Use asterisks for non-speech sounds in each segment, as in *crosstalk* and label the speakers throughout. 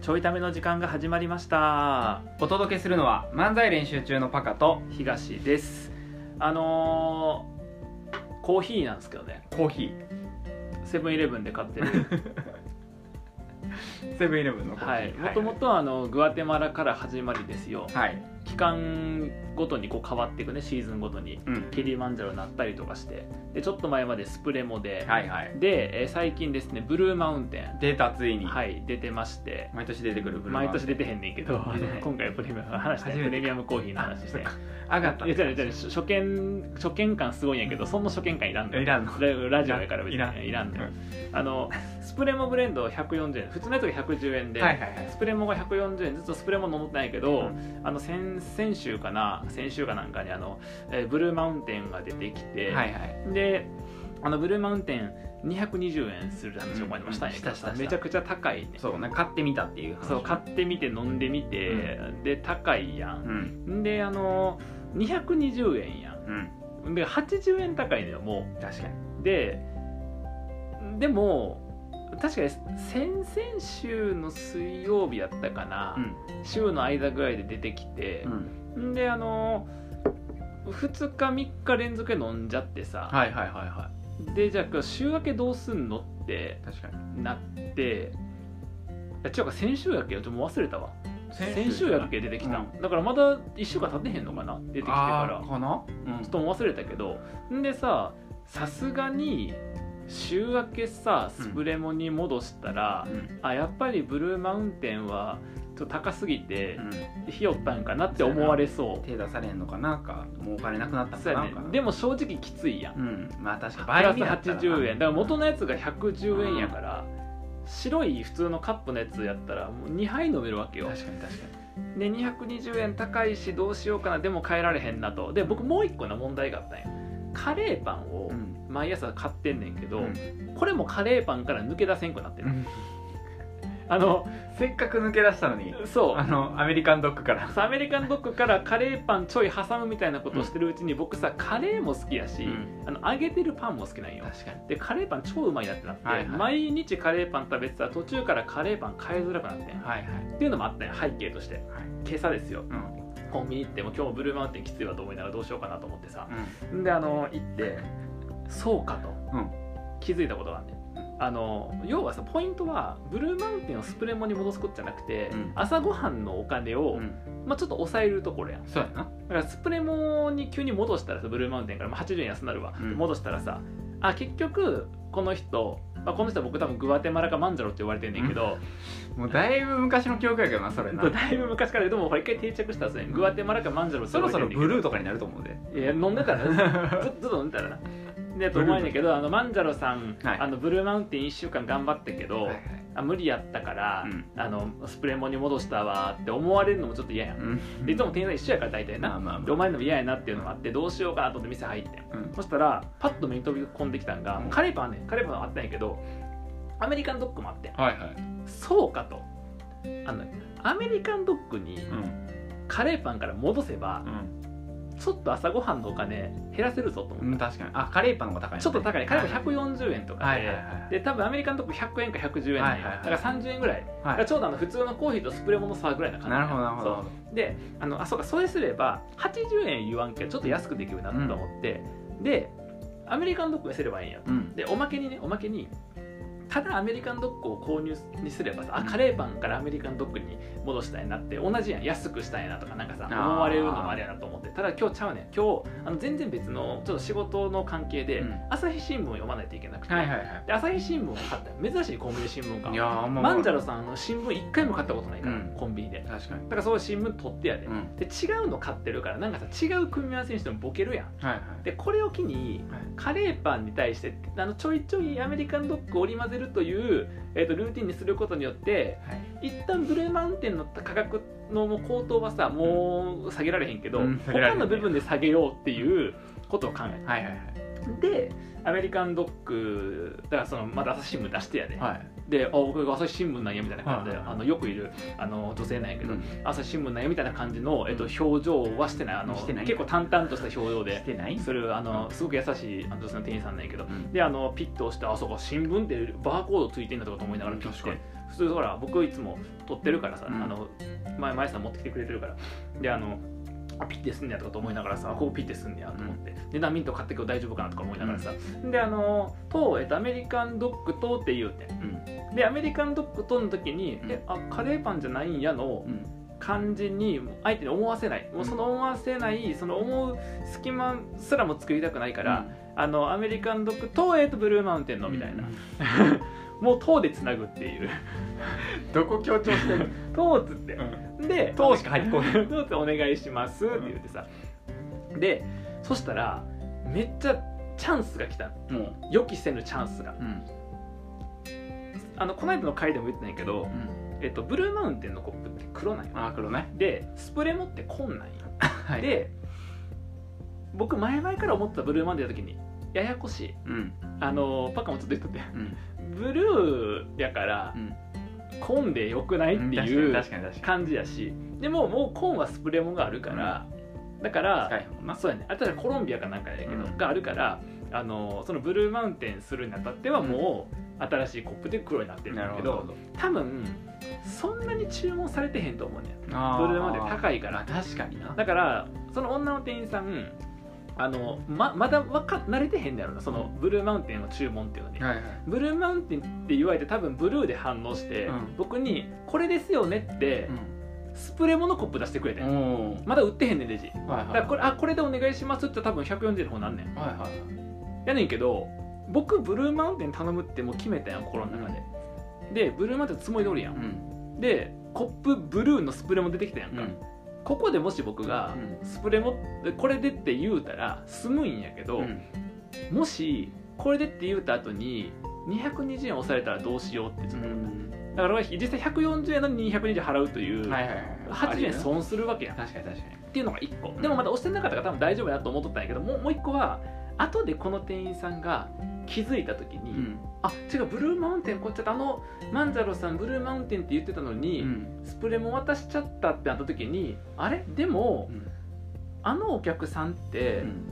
Speaker 1: ちょいための時間が始まりました
Speaker 2: お届けするのは漫才練習中のパカと
Speaker 1: 東ですあのーコーヒーなんですけどね
Speaker 2: コーヒー
Speaker 1: セブンイレブンで買って
Speaker 2: *laughs*
Speaker 1: る
Speaker 2: セブンイレブンのコ
Speaker 1: は
Speaker 2: ー
Speaker 1: い
Speaker 2: ヒー
Speaker 1: もともとあのグアテマラから始まりですよ
Speaker 2: はい、はい
Speaker 1: 期間ごとにこう変わっていくねシーズンごとに
Speaker 2: うん
Speaker 1: キリマンジャロになったりとかしてでちょっと前までスプレモで、
Speaker 2: はいはい
Speaker 1: で、えー最近ですねブルーマウンテ
Speaker 2: 出たつい
Speaker 1: ン
Speaker 2: に、
Speaker 1: はい出てまして
Speaker 2: 毎年出てくるブルーマ
Speaker 1: 毎
Speaker 2: ウン
Speaker 1: 年出てへんねんけど
Speaker 2: 出てない
Speaker 1: 今回プレミアム話して
Speaker 2: 初めて
Speaker 1: プレミアムコーヒーの話して
Speaker 2: あそっ上がった
Speaker 1: いや違う違う初見初見感すごいんやけどその初見感いらんの
Speaker 2: いらんの
Speaker 1: ララジオやから別に
Speaker 2: いらん
Speaker 1: いらんのよあのスプレモブレンド140円普通のやつが110円で、
Speaker 2: はいはいはい
Speaker 1: スプレモが140円ずつスプレモ飲んでないけど、
Speaker 2: う
Speaker 1: あの先先週かな先週かなんかにあの、えーブルーマウンテンが出てきて、
Speaker 2: はいはい
Speaker 1: であのブルーマウンテン220円する話を前にもしたんやけど
Speaker 2: うんしたし
Speaker 1: さ
Speaker 2: たした
Speaker 1: めちゃくちゃ高いね
Speaker 2: そうね買ってみたっていう話
Speaker 1: そう買ってみて飲んでみて、で高いや、
Speaker 2: うんん
Speaker 1: ん、であの220円や
Speaker 2: うん
Speaker 1: んで80円高いのよも
Speaker 2: 確かに
Speaker 1: うででも確かに先々週の水曜日やったかな、週の間ぐらいで出てきて
Speaker 2: うん、うん
Speaker 1: ん、であの2日3日連続で飲んじゃってさ、
Speaker 2: はいはいはいは
Speaker 1: でじゃあ週明けどうすんのって
Speaker 2: い確かに
Speaker 1: なっていや違うか先週やっけちょっともう忘れたわ先週やっけ出てきた、だからまだ1週間経ってへんのかな出てきてから
Speaker 2: あー
Speaker 1: ちょ
Speaker 2: かなうん
Speaker 1: っともう忘れたけどんでささすがに週明けさスプレモに戻したら、
Speaker 2: うん
Speaker 1: あやっぱりブルーマウンテンはちょっと高すぎて
Speaker 2: うん
Speaker 1: ひよったんかなって思われそう
Speaker 2: 手出されんのかなかもうお金なくなったん
Speaker 1: そ
Speaker 2: か
Speaker 1: う
Speaker 2: な
Speaker 1: や
Speaker 2: か
Speaker 1: ね
Speaker 2: な
Speaker 1: でも正直きついやん
Speaker 2: うんまあ確か
Speaker 1: プラス
Speaker 2: になったらな
Speaker 1: 80円だから元のやつが110円やから、白い普通のカップのやつやったらもう2杯飲めるわけよ
Speaker 2: 確かに確かに
Speaker 1: で220円高いしどうしようかなでも変えられへんなとで僕もう一個の問題があったんよカレーパンを
Speaker 2: うん
Speaker 1: 毎朝買ってんねんけど、
Speaker 2: うん
Speaker 1: これもカレーパンから抜け出せんくなって
Speaker 2: う
Speaker 1: る、
Speaker 2: ん
Speaker 1: あの
Speaker 2: せっかく抜け出したのに
Speaker 1: そ
Speaker 2: あ
Speaker 1: う
Speaker 2: のアメリカンドッグから
Speaker 1: アメリカンドッグからカレーパンちょい挟むみたいなことをしてるうちに僕さカレーも好きやし、
Speaker 2: うん
Speaker 1: あの揚げてるパンも好きなんよ
Speaker 2: 確かに
Speaker 1: でカレーパン超うまいなってなって、
Speaker 2: はいはい
Speaker 1: 毎日カレーパン食べてたら途中からカレーパン買いづらくなってんっ
Speaker 2: はいはい
Speaker 1: ていうのもあったよ背景として
Speaker 2: はい
Speaker 1: 今朝ですよ
Speaker 2: うん
Speaker 1: コンビニ行っても今日もブルーマウンテンきついわと思いながらどうしようかなと思ってさ
Speaker 2: うん
Speaker 1: であの行ってそうかと、
Speaker 2: うん
Speaker 1: 気づいたことがあってあの要はさポイントはブルーマウンテンをスプレモに戻すことじゃなくて、
Speaker 2: うん
Speaker 1: 朝ごはんのお金を、
Speaker 2: うん
Speaker 1: まあ、ちょっと抑えるところやん
Speaker 2: そうやな
Speaker 1: だからスプレモに急に戻したらさブルーマウンテンからまあ80円安になるわ、
Speaker 2: うん
Speaker 1: 戻したらさあ結局この人、まあ、この人は僕多分グアテマラかマンジャロって言われてんねんけど、
Speaker 2: もうだいぶ昔の記憶やけどなそれ
Speaker 1: *laughs*
Speaker 2: な
Speaker 1: だいぶ昔からでもほら一回定着したんですねグアテマラかマンジャロって
Speaker 2: そ
Speaker 1: 言わ
Speaker 2: ろ
Speaker 1: れ
Speaker 2: そ
Speaker 1: て
Speaker 2: ろ
Speaker 1: んねんけ
Speaker 2: ブ
Speaker 1: ど
Speaker 2: ルーとかになると思うで
Speaker 1: いや飲んでたら
Speaker 2: *laughs*
Speaker 1: なずずっと飲んでたらなでと思うんやけどあのマンジャロさん、
Speaker 2: はい
Speaker 1: あのブルーマウンテン1週間頑張ったけど、
Speaker 2: はいはい
Speaker 1: あ無理やったから、
Speaker 2: うん
Speaker 1: あのスプレモに戻したわって思われるのもちょっと嫌やん、
Speaker 2: うん
Speaker 1: でいつも店員さん一緒やから大体な、
Speaker 2: まあまあま
Speaker 1: でお前のも嫌やなっていうのもあってどうしようかなと思って店入ってん
Speaker 2: あうん
Speaker 1: そしたらパッと目に飛び込んできたんが、
Speaker 2: うん
Speaker 1: カレーパンねカレーパンはあったんやけどアメリカンドッグもあってん
Speaker 2: はいはい
Speaker 1: そうかとあのアメリカンドッグに
Speaker 2: うん
Speaker 1: カレーパンから戻せばちょっと朝ごはんのお金減らせるぞと
Speaker 2: うんう
Speaker 1: 思っ
Speaker 2: ん確かにあカレーパンの方が高い
Speaker 1: た
Speaker 2: ね
Speaker 1: ちょっと高いカレーパン
Speaker 2: は
Speaker 1: 140円とか
Speaker 2: い
Speaker 1: で、
Speaker 2: はいはい
Speaker 1: で多分アメリカンドッグ100円か110円なんよ
Speaker 2: はいはいはい
Speaker 1: だから30円ぐらい、だ
Speaker 2: は
Speaker 1: から
Speaker 2: い
Speaker 1: ちょうどあの普通のコーヒーとスプレーモの差ぐらいな感じ
Speaker 2: なるほどなるほ
Speaker 1: そ
Speaker 2: ど
Speaker 1: うであのあそうかそれすれば80円言わんけどちょっと安くできるなと思って、でアメリカンドッグにすればいいんやと
Speaker 2: うん
Speaker 1: でおまけにねおまけにただアメリカンドッグを購入にすればさあカレーパンからアメリカンドッグに戻したいなって同じやん安くしたいなとかなんかさ
Speaker 2: あー
Speaker 1: 思われるのもあれやなと思ってただ今日ちゃうねん今日あの全然別のちょっと仕事の関係で、
Speaker 2: うん
Speaker 1: 朝日新聞を読まないといけなくて、
Speaker 2: はいはいはい
Speaker 1: で朝日新聞を買ったよ珍しいコンビニ新聞
Speaker 2: い
Speaker 1: か
Speaker 2: やーあんま
Speaker 1: マンジャロさんの新聞一回も買ったことないから、
Speaker 2: うん
Speaker 1: コンビニでだ
Speaker 2: 確かに
Speaker 1: からそういう新聞取ってやで、
Speaker 2: うん
Speaker 1: で違うの買ってるからなんかさ違う組み合わせにしてもボケるやん
Speaker 2: はいはい
Speaker 1: でこれを機に
Speaker 2: はい
Speaker 1: カレーパンに対してあのちょいちょいアメリカンドッグを織り交ぜるという、えー、とルーティンにすることによって一旦ブルーマウンテンの価格のもう高騰はさもう下げられへんけど、
Speaker 2: うん下げられへ
Speaker 1: 他
Speaker 2: んね
Speaker 1: の部分で下げようっていうことを考え
Speaker 2: はいはいはい
Speaker 1: てでアメリカンドッグだからそのまだ朝日新聞出してやで、
Speaker 2: はい
Speaker 1: で「あ僕が朝日新聞なんや」みたいな感じで、
Speaker 2: はい
Speaker 1: あのよくいるあの女性なんやけ
Speaker 2: け
Speaker 1: ど、
Speaker 2: ど
Speaker 1: 朝日新聞なんやみたいな感じの、えっと、表情はしてないあの
Speaker 2: してない
Speaker 1: 結構淡々とした表情
Speaker 2: し
Speaker 1: で
Speaker 2: てない
Speaker 1: するあのすごく優しいあの女性の店員さんなんやけど
Speaker 2: うん
Speaker 1: であのピッと押して「あそこ新聞ってバーコードついてんだ」とかと思いながらピッ
Speaker 2: 確か
Speaker 1: て
Speaker 2: に
Speaker 1: 普通ほら僕いつも撮ってるからさ、
Speaker 2: うん
Speaker 1: あの前前さん持ってきてくれてるからであのあピッてすんねやとかと思いながらさこうピッてすんねやと思って、で何ミント買ってくる大丈夫かなとか思いながらさ、であの「と、えっと、アメリカンドッグと」って言うてん
Speaker 2: うん
Speaker 1: でアメリカンドッグとの時に「
Speaker 2: うん
Speaker 1: えあカレーパンじゃないんや」の、
Speaker 2: うん
Speaker 1: 感じに相手に思わせないもうその思わせないその思う隙間すらも作りたくないから、あのアメリカンドッグ東映とブルーマウンテンのみたいな、もう東でつなぐっていう
Speaker 2: どこ強調してる
Speaker 1: *laughs* 東っつってで
Speaker 2: 党しか入ってこない
Speaker 1: *laughs* 東ってお願いしますって言ってさでそしたらめっちゃチャンスが来た
Speaker 2: もう
Speaker 1: 予期せぬチャンスが
Speaker 2: うん
Speaker 1: あのこの間の回でも言ってないけど
Speaker 2: う、ん
Speaker 1: えっと、ブルーマウンテンのコップって黒なんよ
Speaker 2: あー黒ね
Speaker 1: でスプレー持ってこんないよ
Speaker 2: は
Speaker 1: で僕前々から思ってたブルーマンデーの時にややこしい
Speaker 2: うん
Speaker 1: あのパカもちょっと言っとって *laughs*
Speaker 2: うん
Speaker 1: ブルーやから
Speaker 2: うん
Speaker 1: 混んでよくないって
Speaker 2: 確か
Speaker 1: い
Speaker 2: に
Speaker 1: う
Speaker 2: 確かに確か
Speaker 1: 感じやしでももう紺はスプレーもんがあるから、だから
Speaker 2: に近いもんな
Speaker 1: そうやねあれ確かコロンビアかなんかやけど、
Speaker 2: うん
Speaker 1: があるからあのそのブルーマウンテンするにあたってはもう新しいコップで黒になってるん
Speaker 2: な
Speaker 1: だ
Speaker 2: る
Speaker 1: け
Speaker 2: ほ
Speaker 1: ど
Speaker 2: ど
Speaker 1: 多分そんなに注文されてへんと思うねん
Speaker 2: あ
Speaker 1: ブルーマウンテン高いか
Speaker 2: からら確かにな
Speaker 1: だからその女の店員さんあのままだわか慣れてへんだろなそのブルーマウンテンの注文っていうのね、
Speaker 2: はいはい
Speaker 1: ブルーマウンテンって言われて多分ブルーで反応して、
Speaker 2: うん
Speaker 1: 僕に「これですよね」って、スプレーモのコップ出してくれて、
Speaker 2: うんん、おー
Speaker 1: まだ売ってへんねんレジだ
Speaker 2: はい
Speaker 1: か
Speaker 2: はい
Speaker 1: らこれあこれでお願いしますって多分140の方なんねん
Speaker 2: はいはい
Speaker 1: やねんけど僕ブルーマウンテン頼むってもう決めたやん心の中で、でブルーマウンテンつもり通りや、
Speaker 2: うんん
Speaker 1: でコップブルーのスプレーも出てきたやん
Speaker 2: う
Speaker 1: か、
Speaker 2: ん
Speaker 1: ここでもし僕が
Speaker 2: う
Speaker 1: スプレーもこれでって言うたら済むんやけど、
Speaker 2: うん
Speaker 1: もしこれでって言うた後に220円押されたらどうしようってちょっと思っただから俺実際140円なのに220円払うという、
Speaker 2: はいはいはい
Speaker 1: 80円損するわけやんっ
Speaker 2: 確かに確か
Speaker 1: ていうのが1個
Speaker 2: ん
Speaker 1: でもまだ押してなかったから多分大丈夫やと思っとったんやけどもうもう1個は後でこの店員さんが気づいた時に、
Speaker 2: にうん
Speaker 1: あ違うブルーマウンテンこっちゃったあの万太郎さんブルーマウンテンって言ってたのに、
Speaker 2: うん
Speaker 1: スプレーも渡しちゃったってなった時にあれでも
Speaker 2: うん
Speaker 1: あのお客さんって、
Speaker 2: うん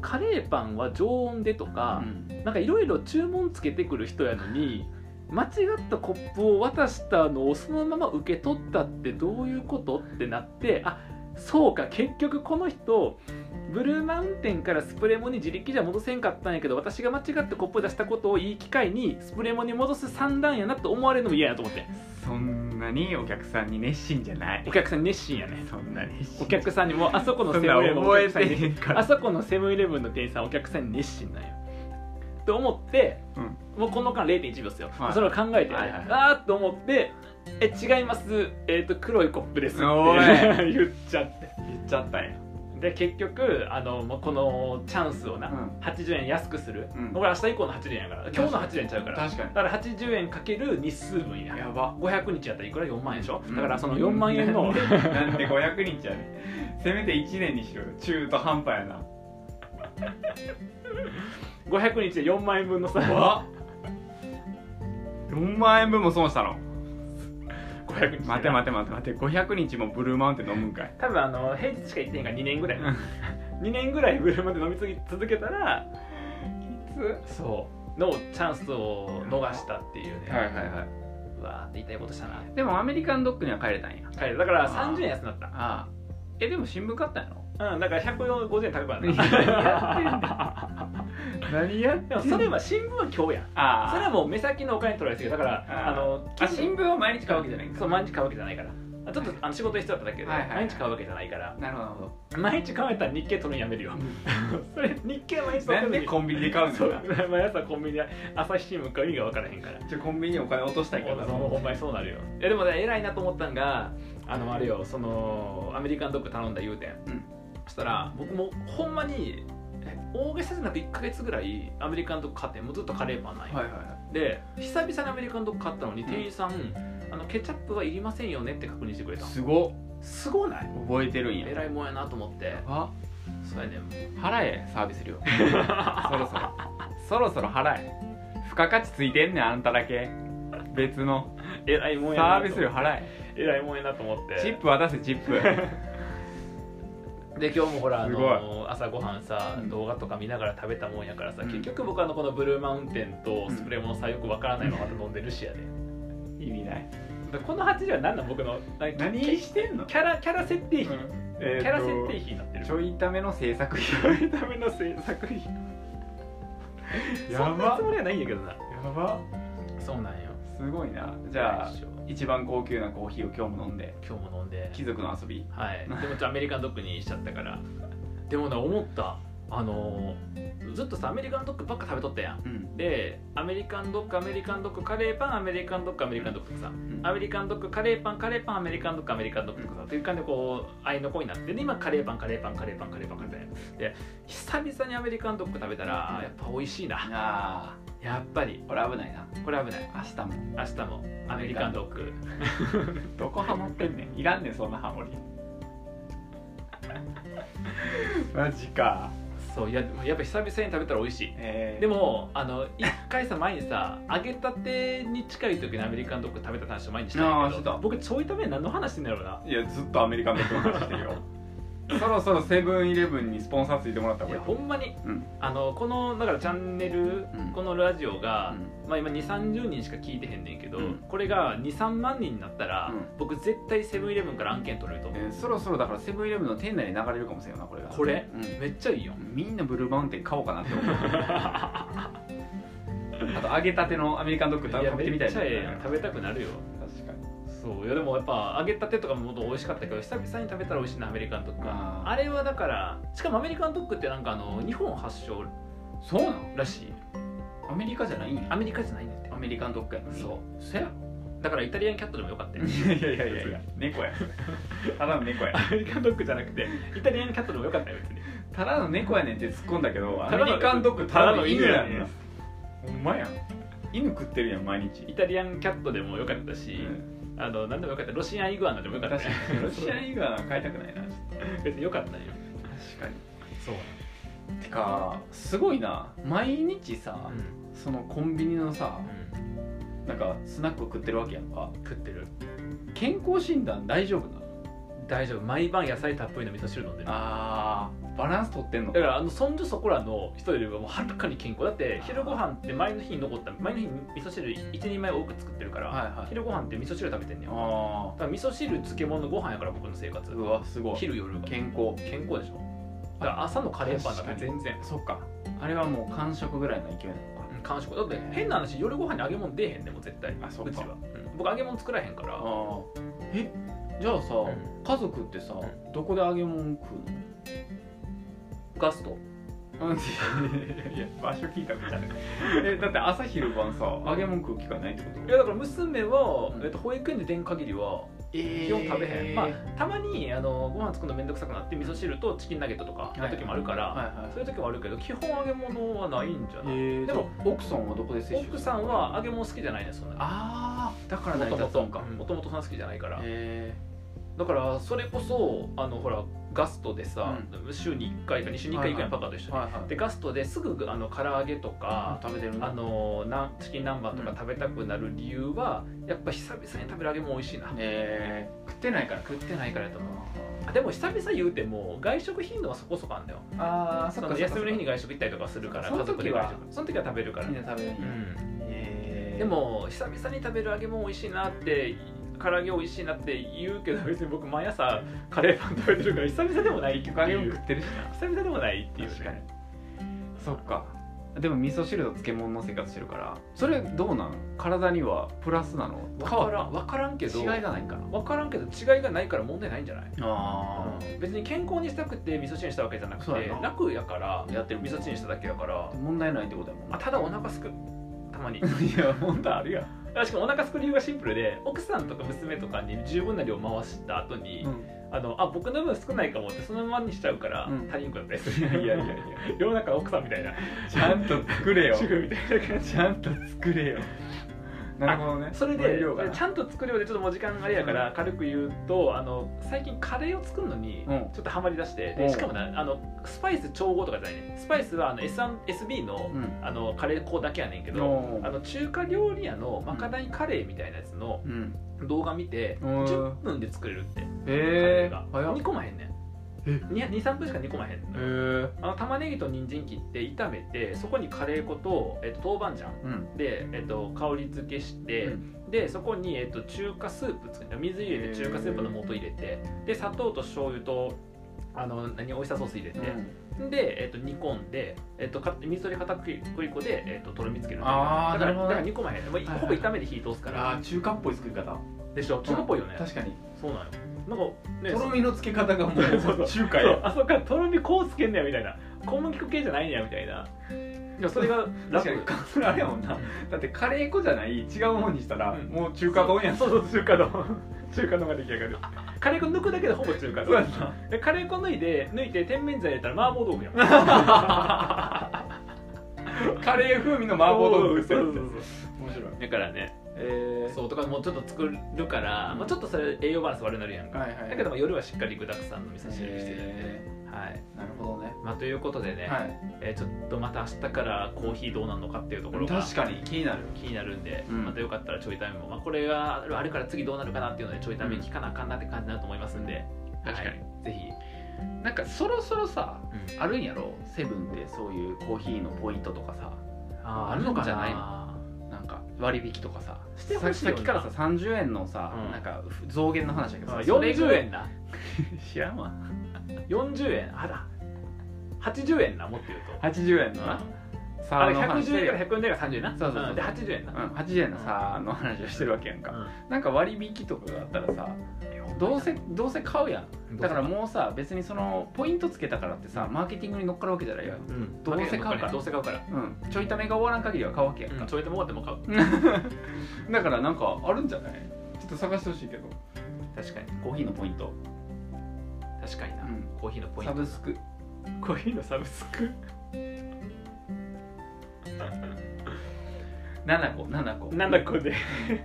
Speaker 1: カレーパンは常温でとか、なんかいろいろ注文つけてくる人やのに間違ったコップを渡したのをそのまま受け取ったってどういうことってなってあそうか結局この人ブルーマウンテンからスプレモに自力じゃ戻せんかったんやけど私が間違ってコップを出したことをいい機会にスプレモに戻す算段やなと思われるのも嫌やと思って
Speaker 2: そんなにお客さんに熱心じゃない
Speaker 1: お客さん熱心やね
Speaker 2: そんな熱心
Speaker 1: お客さんにもうあそこの
Speaker 2: そん
Speaker 1: セ
Speaker 2: な
Speaker 1: ブンイレブン
Speaker 2: 覚え
Speaker 1: お客さんに
Speaker 2: てへんか
Speaker 1: あ
Speaker 2: ら
Speaker 1: そこのセブンイレブンの店員さんお客さんに熱心なんよと思って、もうこの間0.1秒ですよ、
Speaker 2: はい
Speaker 1: それを考えて、
Speaker 2: はいはいはい
Speaker 1: あーっと思って「え違いますえっ、と黒いコップです」って
Speaker 2: おい
Speaker 1: *laughs* 言っちゃって
Speaker 2: 言っちゃったよ
Speaker 1: で結局あのもうこのチャンスをな、
Speaker 2: うん
Speaker 1: 80円安くする、
Speaker 2: うん
Speaker 1: 俺明日以降の80円やから今日の80円ちゃうから
Speaker 2: 確か
Speaker 1: だから80円かける日数分や
Speaker 2: にやば
Speaker 1: 500日やったらいくら4万円でしょ、
Speaker 2: うん
Speaker 1: だからその4万円
Speaker 2: *laughs*
Speaker 1: の、
Speaker 2: なんで500日やねんせめて1年にしろよ中途半端やな
Speaker 1: 500日で4万円分のさ
Speaker 2: わ4万円分も損したの
Speaker 1: 500日
Speaker 2: 待て待て待て待て500日もブルーマウンテン飲むんかい
Speaker 1: 多分あの平日しか行ってへんから2年ぐらい2年 *laughs* ぐらいブルーまで飲み継ぎ続けたらそうのチャンスを逃したっていうね、
Speaker 2: はいはいは
Speaker 1: うわーって言いたいことしたない
Speaker 2: でもアメリカンドッグには帰れたんや
Speaker 1: 帰るだから
Speaker 2: あー
Speaker 1: 30円安くなっ
Speaker 2: ああえでも新聞買ったんやろ
Speaker 1: たうんだから150円高くな
Speaker 2: *laughs*
Speaker 1: った
Speaker 2: や何や
Speaker 1: でもそれは新聞は今日やん
Speaker 2: ああ
Speaker 1: それはもう目先のお金取られすぎるだからあ
Speaker 2: あー
Speaker 1: の
Speaker 2: あ新聞は毎日買うわけじゃないんです
Speaker 1: そう毎日買うわけじゃないからあちょっとあの仕事必要だっただけで、
Speaker 2: はいはいはい
Speaker 1: 毎日買うわけじゃないから
Speaker 2: なるほどなるほ
Speaker 1: 毎日買えたら日経取るのやめ
Speaker 2: *laughs*
Speaker 1: るよそれ日経毎日
Speaker 2: ど
Speaker 1: 取
Speaker 2: なん
Speaker 1: る
Speaker 2: でコンビニで買うん
Speaker 1: そ
Speaker 2: だ
Speaker 1: う *laughs* 毎朝コンビニで朝日新聞買う意味が分からへんから
Speaker 2: じゃあコンビニにお金落としたいか
Speaker 1: も
Speaker 2: ら
Speaker 1: うほんまにそうなるよいやでもね偉いなと思ったんがあのあれよそのアメリカンドッグ頼んだ言うてん、
Speaker 2: うん
Speaker 1: そしたら僕もほんまにえ大げさじゃなく1か月ぐらいアメリカンドッグ買ってもうずっとカレーパンない、
Speaker 2: はいは
Speaker 1: で久々にアメリカンドッグ買ったのに店員さん、あのケチャップはいりませんよねって確認してくれ
Speaker 2: い
Speaker 1: た
Speaker 2: すごっ
Speaker 1: すごない
Speaker 2: 覚えてるんや
Speaker 1: 偉いもんやなと思って
Speaker 2: あ
Speaker 1: *laughs* そうやねん
Speaker 2: *laughs* 払えサービス料そろそろそろそろ払え付加価値ついてんねんあんただけ別の
Speaker 1: えらいもんや
Speaker 2: サ
Speaker 1: な
Speaker 2: ー
Speaker 1: と
Speaker 2: ビス料払え
Speaker 1: えらいもんやなと思って
Speaker 2: チップ渡せチップ
Speaker 1: で今日もほらあ
Speaker 2: すごい
Speaker 1: の朝ごはんさ
Speaker 2: うん
Speaker 1: 動画とか見ながら食べたもんやからさ、
Speaker 2: うん
Speaker 1: 結局僕あのこのブルーマウンテンとスプレーモンさよくわからないまま飲んでるしやで
Speaker 2: 意味ない
Speaker 1: でこの8時は何なん僕の何
Speaker 2: *laughs* 何してんの
Speaker 1: キャラキャラ設定費、
Speaker 2: えーと
Speaker 1: キャラ設定費になってる
Speaker 2: ちょいための制作
Speaker 1: そ
Speaker 2: 費
Speaker 1: れための制作費
Speaker 2: や
Speaker 1: そんな
Speaker 2: ば
Speaker 1: つもりはないんやけどな
Speaker 2: やば
Speaker 1: そうなんよ
Speaker 2: すごいなじゃあ
Speaker 1: 一緒
Speaker 2: 一番高級なコーヒーを今日も飲んで
Speaker 1: 今日も飲んで
Speaker 2: 貴族の遊び
Speaker 1: はいでもちょっとアメリカンドッグにしちゃったから *laughs* でもね思ったあのーずっとさアメリカンドッグばっか食べとったやん
Speaker 2: うん
Speaker 1: でアメリカンドッグアメリカンドッグカレーパンアメリカンドッグアメリカンドッグとかさアメリカンドッグカレーパンカレーパンアメリカンドッグアメリカンドッグとかさっていう感じでこう愛の子になってで今カレーパンカレーパンカレーパンカレーパンカレーパンで久々にアメリカンドッグ食べたらやっぱ美味しいな
Speaker 2: ああ
Speaker 1: やっぱり
Speaker 2: これ危ないな
Speaker 1: これ危ない
Speaker 2: 明日も
Speaker 1: 明日もアメリカンドッグ
Speaker 2: どこハマってんねんいらんねんそんなハ *laughs* モリマジか
Speaker 1: そういややっぱ久々に食べたら美味しい
Speaker 2: えー、
Speaker 1: でもあの一回さ前にさ揚げたてに近い時にアメリカンドッグ食べた話を前にしたん
Speaker 2: あ
Speaker 1: や
Speaker 2: ー
Speaker 1: け
Speaker 2: してた
Speaker 1: ど僕ちょいために何の話してんだろうない
Speaker 2: やずっとアメリカンドッグの話してる *laughs* よそろそろセブンイレブンにスポンサーついてもらった
Speaker 1: い
Speaker 2: 方が
Speaker 1: や
Speaker 2: いい
Speaker 1: ほんまに
Speaker 2: うん
Speaker 1: あのこのだからチャンネル、
Speaker 2: うん
Speaker 1: このラジオが、
Speaker 2: うん
Speaker 1: まあ、今2 3 0人しか聞いてへんねんけど、
Speaker 2: うん
Speaker 1: これが23万人になったら、
Speaker 2: うん
Speaker 1: 僕絶対セブンイレブンから案件取れると思う、
Speaker 2: えーそろそろだからセブンイレブンの店内に流れるかもしれんよなこれが
Speaker 1: これ
Speaker 2: うん
Speaker 1: めっちゃいいよ
Speaker 2: みんなブルーマウンテン買おうかなって思 *laughs* うあと揚げたてのアメリカンドッグ
Speaker 1: い
Speaker 2: 食
Speaker 1: や
Speaker 2: べ
Speaker 1: め
Speaker 2: てみた
Speaker 1: っ
Speaker 2: い
Speaker 1: ち
Speaker 2: な
Speaker 1: ゃええやん食べたくなるよ
Speaker 2: 確かに
Speaker 1: そういやでもやっぱ揚げたてとかも美味しかったけど久々に食べたら美味しいなアメリカンドッグは
Speaker 2: あー
Speaker 1: あれはだからしかもアメリカンドッグってなんかあの日本発祥
Speaker 2: そうなの
Speaker 1: らしい
Speaker 2: アメリカじゃないんや
Speaker 1: アメリカじゃないんだって
Speaker 2: アメリカンドッグやのに
Speaker 1: そう
Speaker 2: そや
Speaker 1: だからイタリアンキャットでもよかったよ
Speaker 2: *laughs* いやいやいやいや猫やただの猫や
Speaker 1: アメリカンドッグじゃなくてイタリアンキャットでもよかったよ別に
Speaker 2: ただの猫やねんって突っ込んだけどア
Speaker 1: ただの
Speaker 2: メリカンドッグただの犬やね
Speaker 1: ただの犬や
Speaker 2: ん
Speaker 1: ね
Speaker 2: ほんまやん犬食ってるやん毎日
Speaker 1: イタリアンキャットでもよかったし、あの何でもよかったロシアンイグアナでもよかった
Speaker 2: *laughs* 確
Speaker 1: よ
Speaker 2: かにロシアン以外は買いたくないなちょっと
Speaker 1: 別によかったよ
Speaker 2: 確かに
Speaker 1: そう
Speaker 2: てかすごいな毎日さ、
Speaker 1: うん、
Speaker 2: そのコンビニのさ
Speaker 1: う
Speaker 2: なんかスナック食ってるわけやんか
Speaker 1: ん、食ってる
Speaker 2: 健康診断大丈夫な
Speaker 1: 大丈夫毎晩野菜たっぷりの味噌汁飲んでる
Speaker 2: あーバランス取ってんの
Speaker 1: だからあのそんじょそこらの人よりはもうはるかに健康だって昼ご飯って前の日に残った前の日に味噌汁一人前多く作ってるから、
Speaker 2: はいはい
Speaker 1: 昼ご飯って味噌汁食べてんねんだか
Speaker 2: あ
Speaker 1: ら味噌汁漬物ご飯やから僕の生活
Speaker 2: ーうわすごい
Speaker 1: 昼夜が健
Speaker 2: 健康
Speaker 1: 康でしょだから朝のカレーパンだから
Speaker 2: 確かに
Speaker 1: 全然
Speaker 2: そっかあれはもう完食ぐらいの勢いなのか
Speaker 1: うん完食だって変な話夜ご飯に揚げ物出えへんでもう絶対
Speaker 2: あそっ
Speaker 1: う
Speaker 2: か
Speaker 1: ちは、うん僕揚げ物作らへんから
Speaker 2: あーえじゃあさ、
Speaker 1: ん
Speaker 2: 家族ってさ、
Speaker 1: う
Speaker 2: どこで揚げ物食うの
Speaker 1: ガスト
Speaker 2: *laughs* いや場所聞いたことじゃない *laughs* えだって朝昼晩さ揚げ物食う機会ないってこと
Speaker 1: いやだから娘は、
Speaker 2: うん
Speaker 1: えっと、保育園で出ん限りは
Speaker 2: えー
Speaker 1: 基本食べへん、まあたまにあのご飯作るの面倒くさくなって味噌汁とチキンナゲットとか
Speaker 2: い
Speaker 1: の時もあるから、
Speaker 2: はいはい
Speaker 1: そういう時もあるけど基本揚げ物はないんじゃ
Speaker 2: え
Speaker 1: ない、
Speaker 2: ー、でも奥さんはどこで接種
Speaker 1: 奥さんは揚げ物好きじゃないねそんな
Speaker 2: ああだから
Speaker 1: も
Speaker 2: 成り
Speaker 1: とも
Speaker 2: 立つの
Speaker 1: と
Speaker 2: か
Speaker 1: もともとそんな好きじゃないから、
Speaker 2: え
Speaker 1: だからそれこそあのほらガストでさ、週に1回か2週に1回行くやん
Speaker 2: は
Speaker 1: パカと一緒に、
Speaker 2: ー、はいはい
Speaker 1: でガストですぐあの唐揚げとか、
Speaker 2: 食べてる
Speaker 1: あのなんチキン南蛮とか食べたくなる理由は、やっぱ久々に食べる揚げ物美味しいな、
Speaker 2: えー、食ってないから
Speaker 1: 食ってないからやと思うあでも久々言うても外食頻度はそこそこあんだよ
Speaker 2: ああ
Speaker 1: その休みの日に外食行ったりとかするから
Speaker 2: そっかその時は
Speaker 1: 家族で外食その時は食べるから、
Speaker 2: みんな食べる
Speaker 1: う
Speaker 2: んや
Speaker 1: ん
Speaker 2: えー
Speaker 1: でも久々に食べる揚げ物美味しいなって唐揚げ美味しいなって言うけど別に僕毎朝 *laughs* カレーパン食べてるから久々でもないってい
Speaker 2: 結
Speaker 1: う
Speaker 2: 局揚げ物食ってるし
Speaker 1: 久々でもないってい
Speaker 2: な
Speaker 1: う、ね、
Speaker 2: そっかでも味噌汁と漬物の生活してるからそれどうなん体にはプラスなの
Speaker 1: 分からん分からんけど
Speaker 2: 違いがないんかな
Speaker 1: 分からんけど違いがないから問題ないんじゃない
Speaker 2: あ
Speaker 1: 別に健康にしたくて味噌汁にしたわけじゃなく
Speaker 2: そう
Speaker 1: て
Speaker 2: やな
Speaker 1: 楽やから
Speaker 2: やってる
Speaker 1: 味噌汁にしただけやから、
Speaker 2: 問題ないってことやもん
Speaker 1: *laughs* まあ、ただお腹すくたまに
Speaker 2: いや問題あるやん、
Speaker 1: しかもお腹すく理由がシンプルで奥さんとか娘とかに十分な量回した後に、あのあ僕の分少ないかもってそのままにしちゃうから、
Speaker 2: うん
Speaker 1: 他人くだったりす
Speaker 2: *laughs* い
Speaker 1: る
Speaker 2: やいやいやいや
Speaker 1: 世の中奥さんみたいな
Speaker 2: *laughs* ちゃんと作れよ
Speaker 1: 主婦みたいな感じ
Speaker 2: ちゃんと作れよなるほどね
Speaker 1: それ
Speaker 2: 分
Speaker 1: で
Speaker 2: 量がな
Speaker 1: ちゃんと作るようでちょっともう時間があれやから軽く言うとあの最近カレーを作るのに
Speaker 2: うん
Speaker 1: ちょっとハマりだして
Speaker 2: うん
Speaker 1: でしかもなあのスパイス調合とかじゃないねスパイスはあの S1 SB の
Speaker 2: うん
Speaker 1: あのカレー粉だけやねんけど
Speaker 2: おー
Speaker 1: あの中華料理屋のまかないカレーみたいなやつの
Speaker 2: うん
Speaker 1: 動画見て
Speaker 2: うん
Speaker 1: 10分で作れるってカレ
Speaker 2: え
Speaker 1: ー
Speaker 2: ー
Speaker 1: が
Speaker 2: 早っ
Speaker 1: 煮込まへんね
Speaker 2: え
Speaker 1: ん23分しか煮込まへん
Speaker 2: え
Speaker 1: のよ
Speaker 2: ー
Speaker 1: あの玉ねぎと人参切って炒めてそこにカレー粉と、えっと、豆板醤
Speaker 2: うん
Speaker 1: で、えっと、香り付けして、
Speaker 2: う
Speaker 1: でそこに、えっと、中華スープ作って水入れて中華スープの素入れてで砂糖と醤油とあの何オイスターソース入れて、で、えっと、煮込んで、えっと、か水溶り片栗粉で、えっと、とろみつける
Speaker 2: あー
Speaker 1: だから
Speaker 2: なるほどね
Speaker 1: だから煮込まへんもう
Speaker 2: はい
Speaker 1: ほぼ炒めて火通すから、
Speaker 2: あー中華っぽい作り方
Speaker 1: でしょ中華っぽいよね、
Speaker 2: 確かに
Speaker 1: そうなのなん
Speaker 2: と
Speaker 1: か
Speaker 2: ろ
Speaker 1: ね
Speaker 2: みのつけ方が
Speaker 1: そ
Speaker 2: も
Speaker 1: うそうそう
Speaker 2: う中華
Speaker 1: そう
Speaker 2: や
Speaker 1: あそこからとろみこうつけんねやみたいな小麦粉系じゃないねやみたいなでもそれが
Speaker 2: 確
Speaker 1: 楽
Speaker 2: かにかそれあれやもんなだってカレー粉じゃない違うもんにしたら、
Speaker 1: うん
Speaker 2: もう中華丼やん
Speaker 1: そうそう中華丼 *laughs* 中華丼が出来上がるカレー粉抜くだけでほぼ中華丼でカレー粉抜いて抜いて甜麺醤入れたら麻婆豆腐や
Speaker 2: *laughs*
Speaker 1: ん
Speaker 2: カレー風味の麻婆豆腐ってや
Speaker 1: そうそう
Speaker 2: つ
Speaker 1: そう
Speaker 2: 面白
Speaker 1: だ
Speaker 2: い
Speaker 1: からね
Speaker 2: え
Speaker 1: そうとかもうちょっと作るから、まあ、ちょっとそれ栄養バランス悪くなるやんか、
Speaker 2: はいはい
Speaker 1: だけども夜はしっかり具沢山の味噌汁にしてるんで、
Speaker 2: え
Speaker 1: はい
Speaker 2: ーなるほどね
Speaker 1: まあ、ということでね、
Speaker 2: はい
Speaker 1: えーちょっとまた明日からコーヒーどうなんのかっていうところが
Speaker 2: 確かに気になる
Speaker 1: 気になるんで、
Speaker 2: うん
Speaker 1: またよかったらちょいタイムも、まあ、これがあるから次どうなるかなっていうのでちょいタイム聞かなあかんなって感じになると思いますんで、
Speaker 2: 確かに
Speaker 1: はい、ぜひ、
Speaker 2: なんかそろそろさ
Speaker 1: うん
Speaker 2: あるんやろセブンってそういうコーヒーのポイントとかさ
Speaker 1: あ
Speaker 2: あるんじゃない
Speaker 1: の
Speaker 2: なんか割引とかさ
Speaker 1: してほしいよ
Speaker 2: さ
Speaker 1: な
Speaker 2: っきからさ30円のさ、
Speaker 1: うん
Speaker 2: なんか増減の話だけどさ
Speaker 1: あ
Speaker 2: それぐ
Speaker 1: 40
Speaker 2: らい
Speaker 1: 円な
Speaker 2: *laughs* 知らんわ
Speaker 1: 40円あら80円なもっと言うと
Speaker 2: 80円のな、さ
Speaker 1: あれ
Speaker 2: の話
Speaker 1: 110円から140円か
Speaker 2: で
Speaker 1: ら30円な
Speaker 2: そうそうそうん
Speaker 1: で80円な、
Speaker 2: うん、80円のさの話をしてるわけやんか、なんか割引とかがあったらさどうせどうせ買うやんだからもうさ別にそのポイントつけたからってさマーケティングに乗っかるわけじゃないやん
Speaker 1: うん
Speaker 2: どうせ買うから
Speaker 1: どうせ買うから
Speaker 2: うんちょいためが終わらん限りは買うわけやん
Speaker 1: うん
Speaker 2: か、
Speaker 1: ちょいとも終わっても買う
Speaker 2: だからなんかあるんじゃないちょっと探してほしいけど
Speaker 1: 確かに
Speaker 2: コーヒーのポイント、
Speaker 1: 確かにな、
Speaker 2: うん
Speaker 1: コーヒーのポイン
Speaker 2: サ
Speaker 1: ト
Speaker 2: ブスク
Speaker 1: コーヒーのサブスク
Speaker 2: 7個7個
Speaker 1: 7個で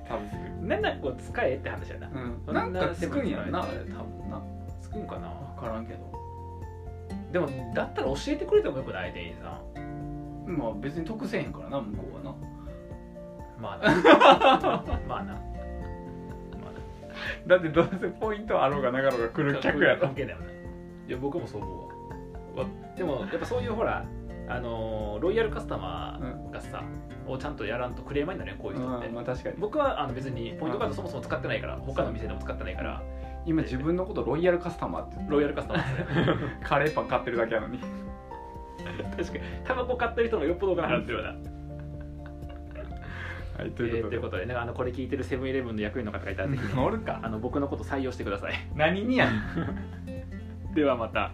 Speaker 2: サブスク
Speaker 1: 7個使えって話やな
Speaker 2: う
Speaker 1: な
Speaker 2: ん、なんん
Speaker 1: か
Speaker 2: か
Speaker 1: つ
Speaker 2: つ
Speaker 1: く
Speaker 2: く
Speaker 1: ん
Speaker 2: ん
Speaker 1: や
Speaker 2: や
Speaker 1: ろ
Speaker 2: ろ
Speaker 1: な
Speaker 2: な多分な
Speaker 1: つくんかな
Speaker 2: 分からんけど
Speaker 1: でもだったら教えてくれてもよくない店員さん
Speaker 2: まあ別に得せえへんからな向こうはな
Speaker 1: ま *laughs* あなまあなま
Speaker 2: だってどうせポイントあろうがなかろうが来
Speaker 1: あな関係だよないや僕もそう思うわわでもやっぱそういうほらあのーロイヤルカスタマーがさ、をちゃんとやらんとクレーマーになるねこういう人って、
Speaker 2: うん、まあ確かに
Speaker 1: 僕はあの別にポイントカードそもそも使ってないから他の店でも使ってないから
Speaker 2: 今自分のことロイヤルカスタマーって言って
Speaker 1: ロイヤルカスタマーですね *laughs*
Speaker 2: カレーパン買ってるだけなのに
Speaker 1: 確かにタバコ買ってる人の方がよっぽどお金払ってるような
Speaker 2: *laughs* はいと
Speaker 1: と
Speaker 2: い
Speaker 1: いうう
Speaker 2: こ
Speaker 1: ことと,、
Speaker 2: で、
Speaker 1: でねあのこれ聞いてるセブンイレブンの役員の方がいたらぜひね、
Speaker 2: おるか
Speaker 1: あの僕のこと採用してください
Speaker 2: 何にやん
Speaker 1: ではまた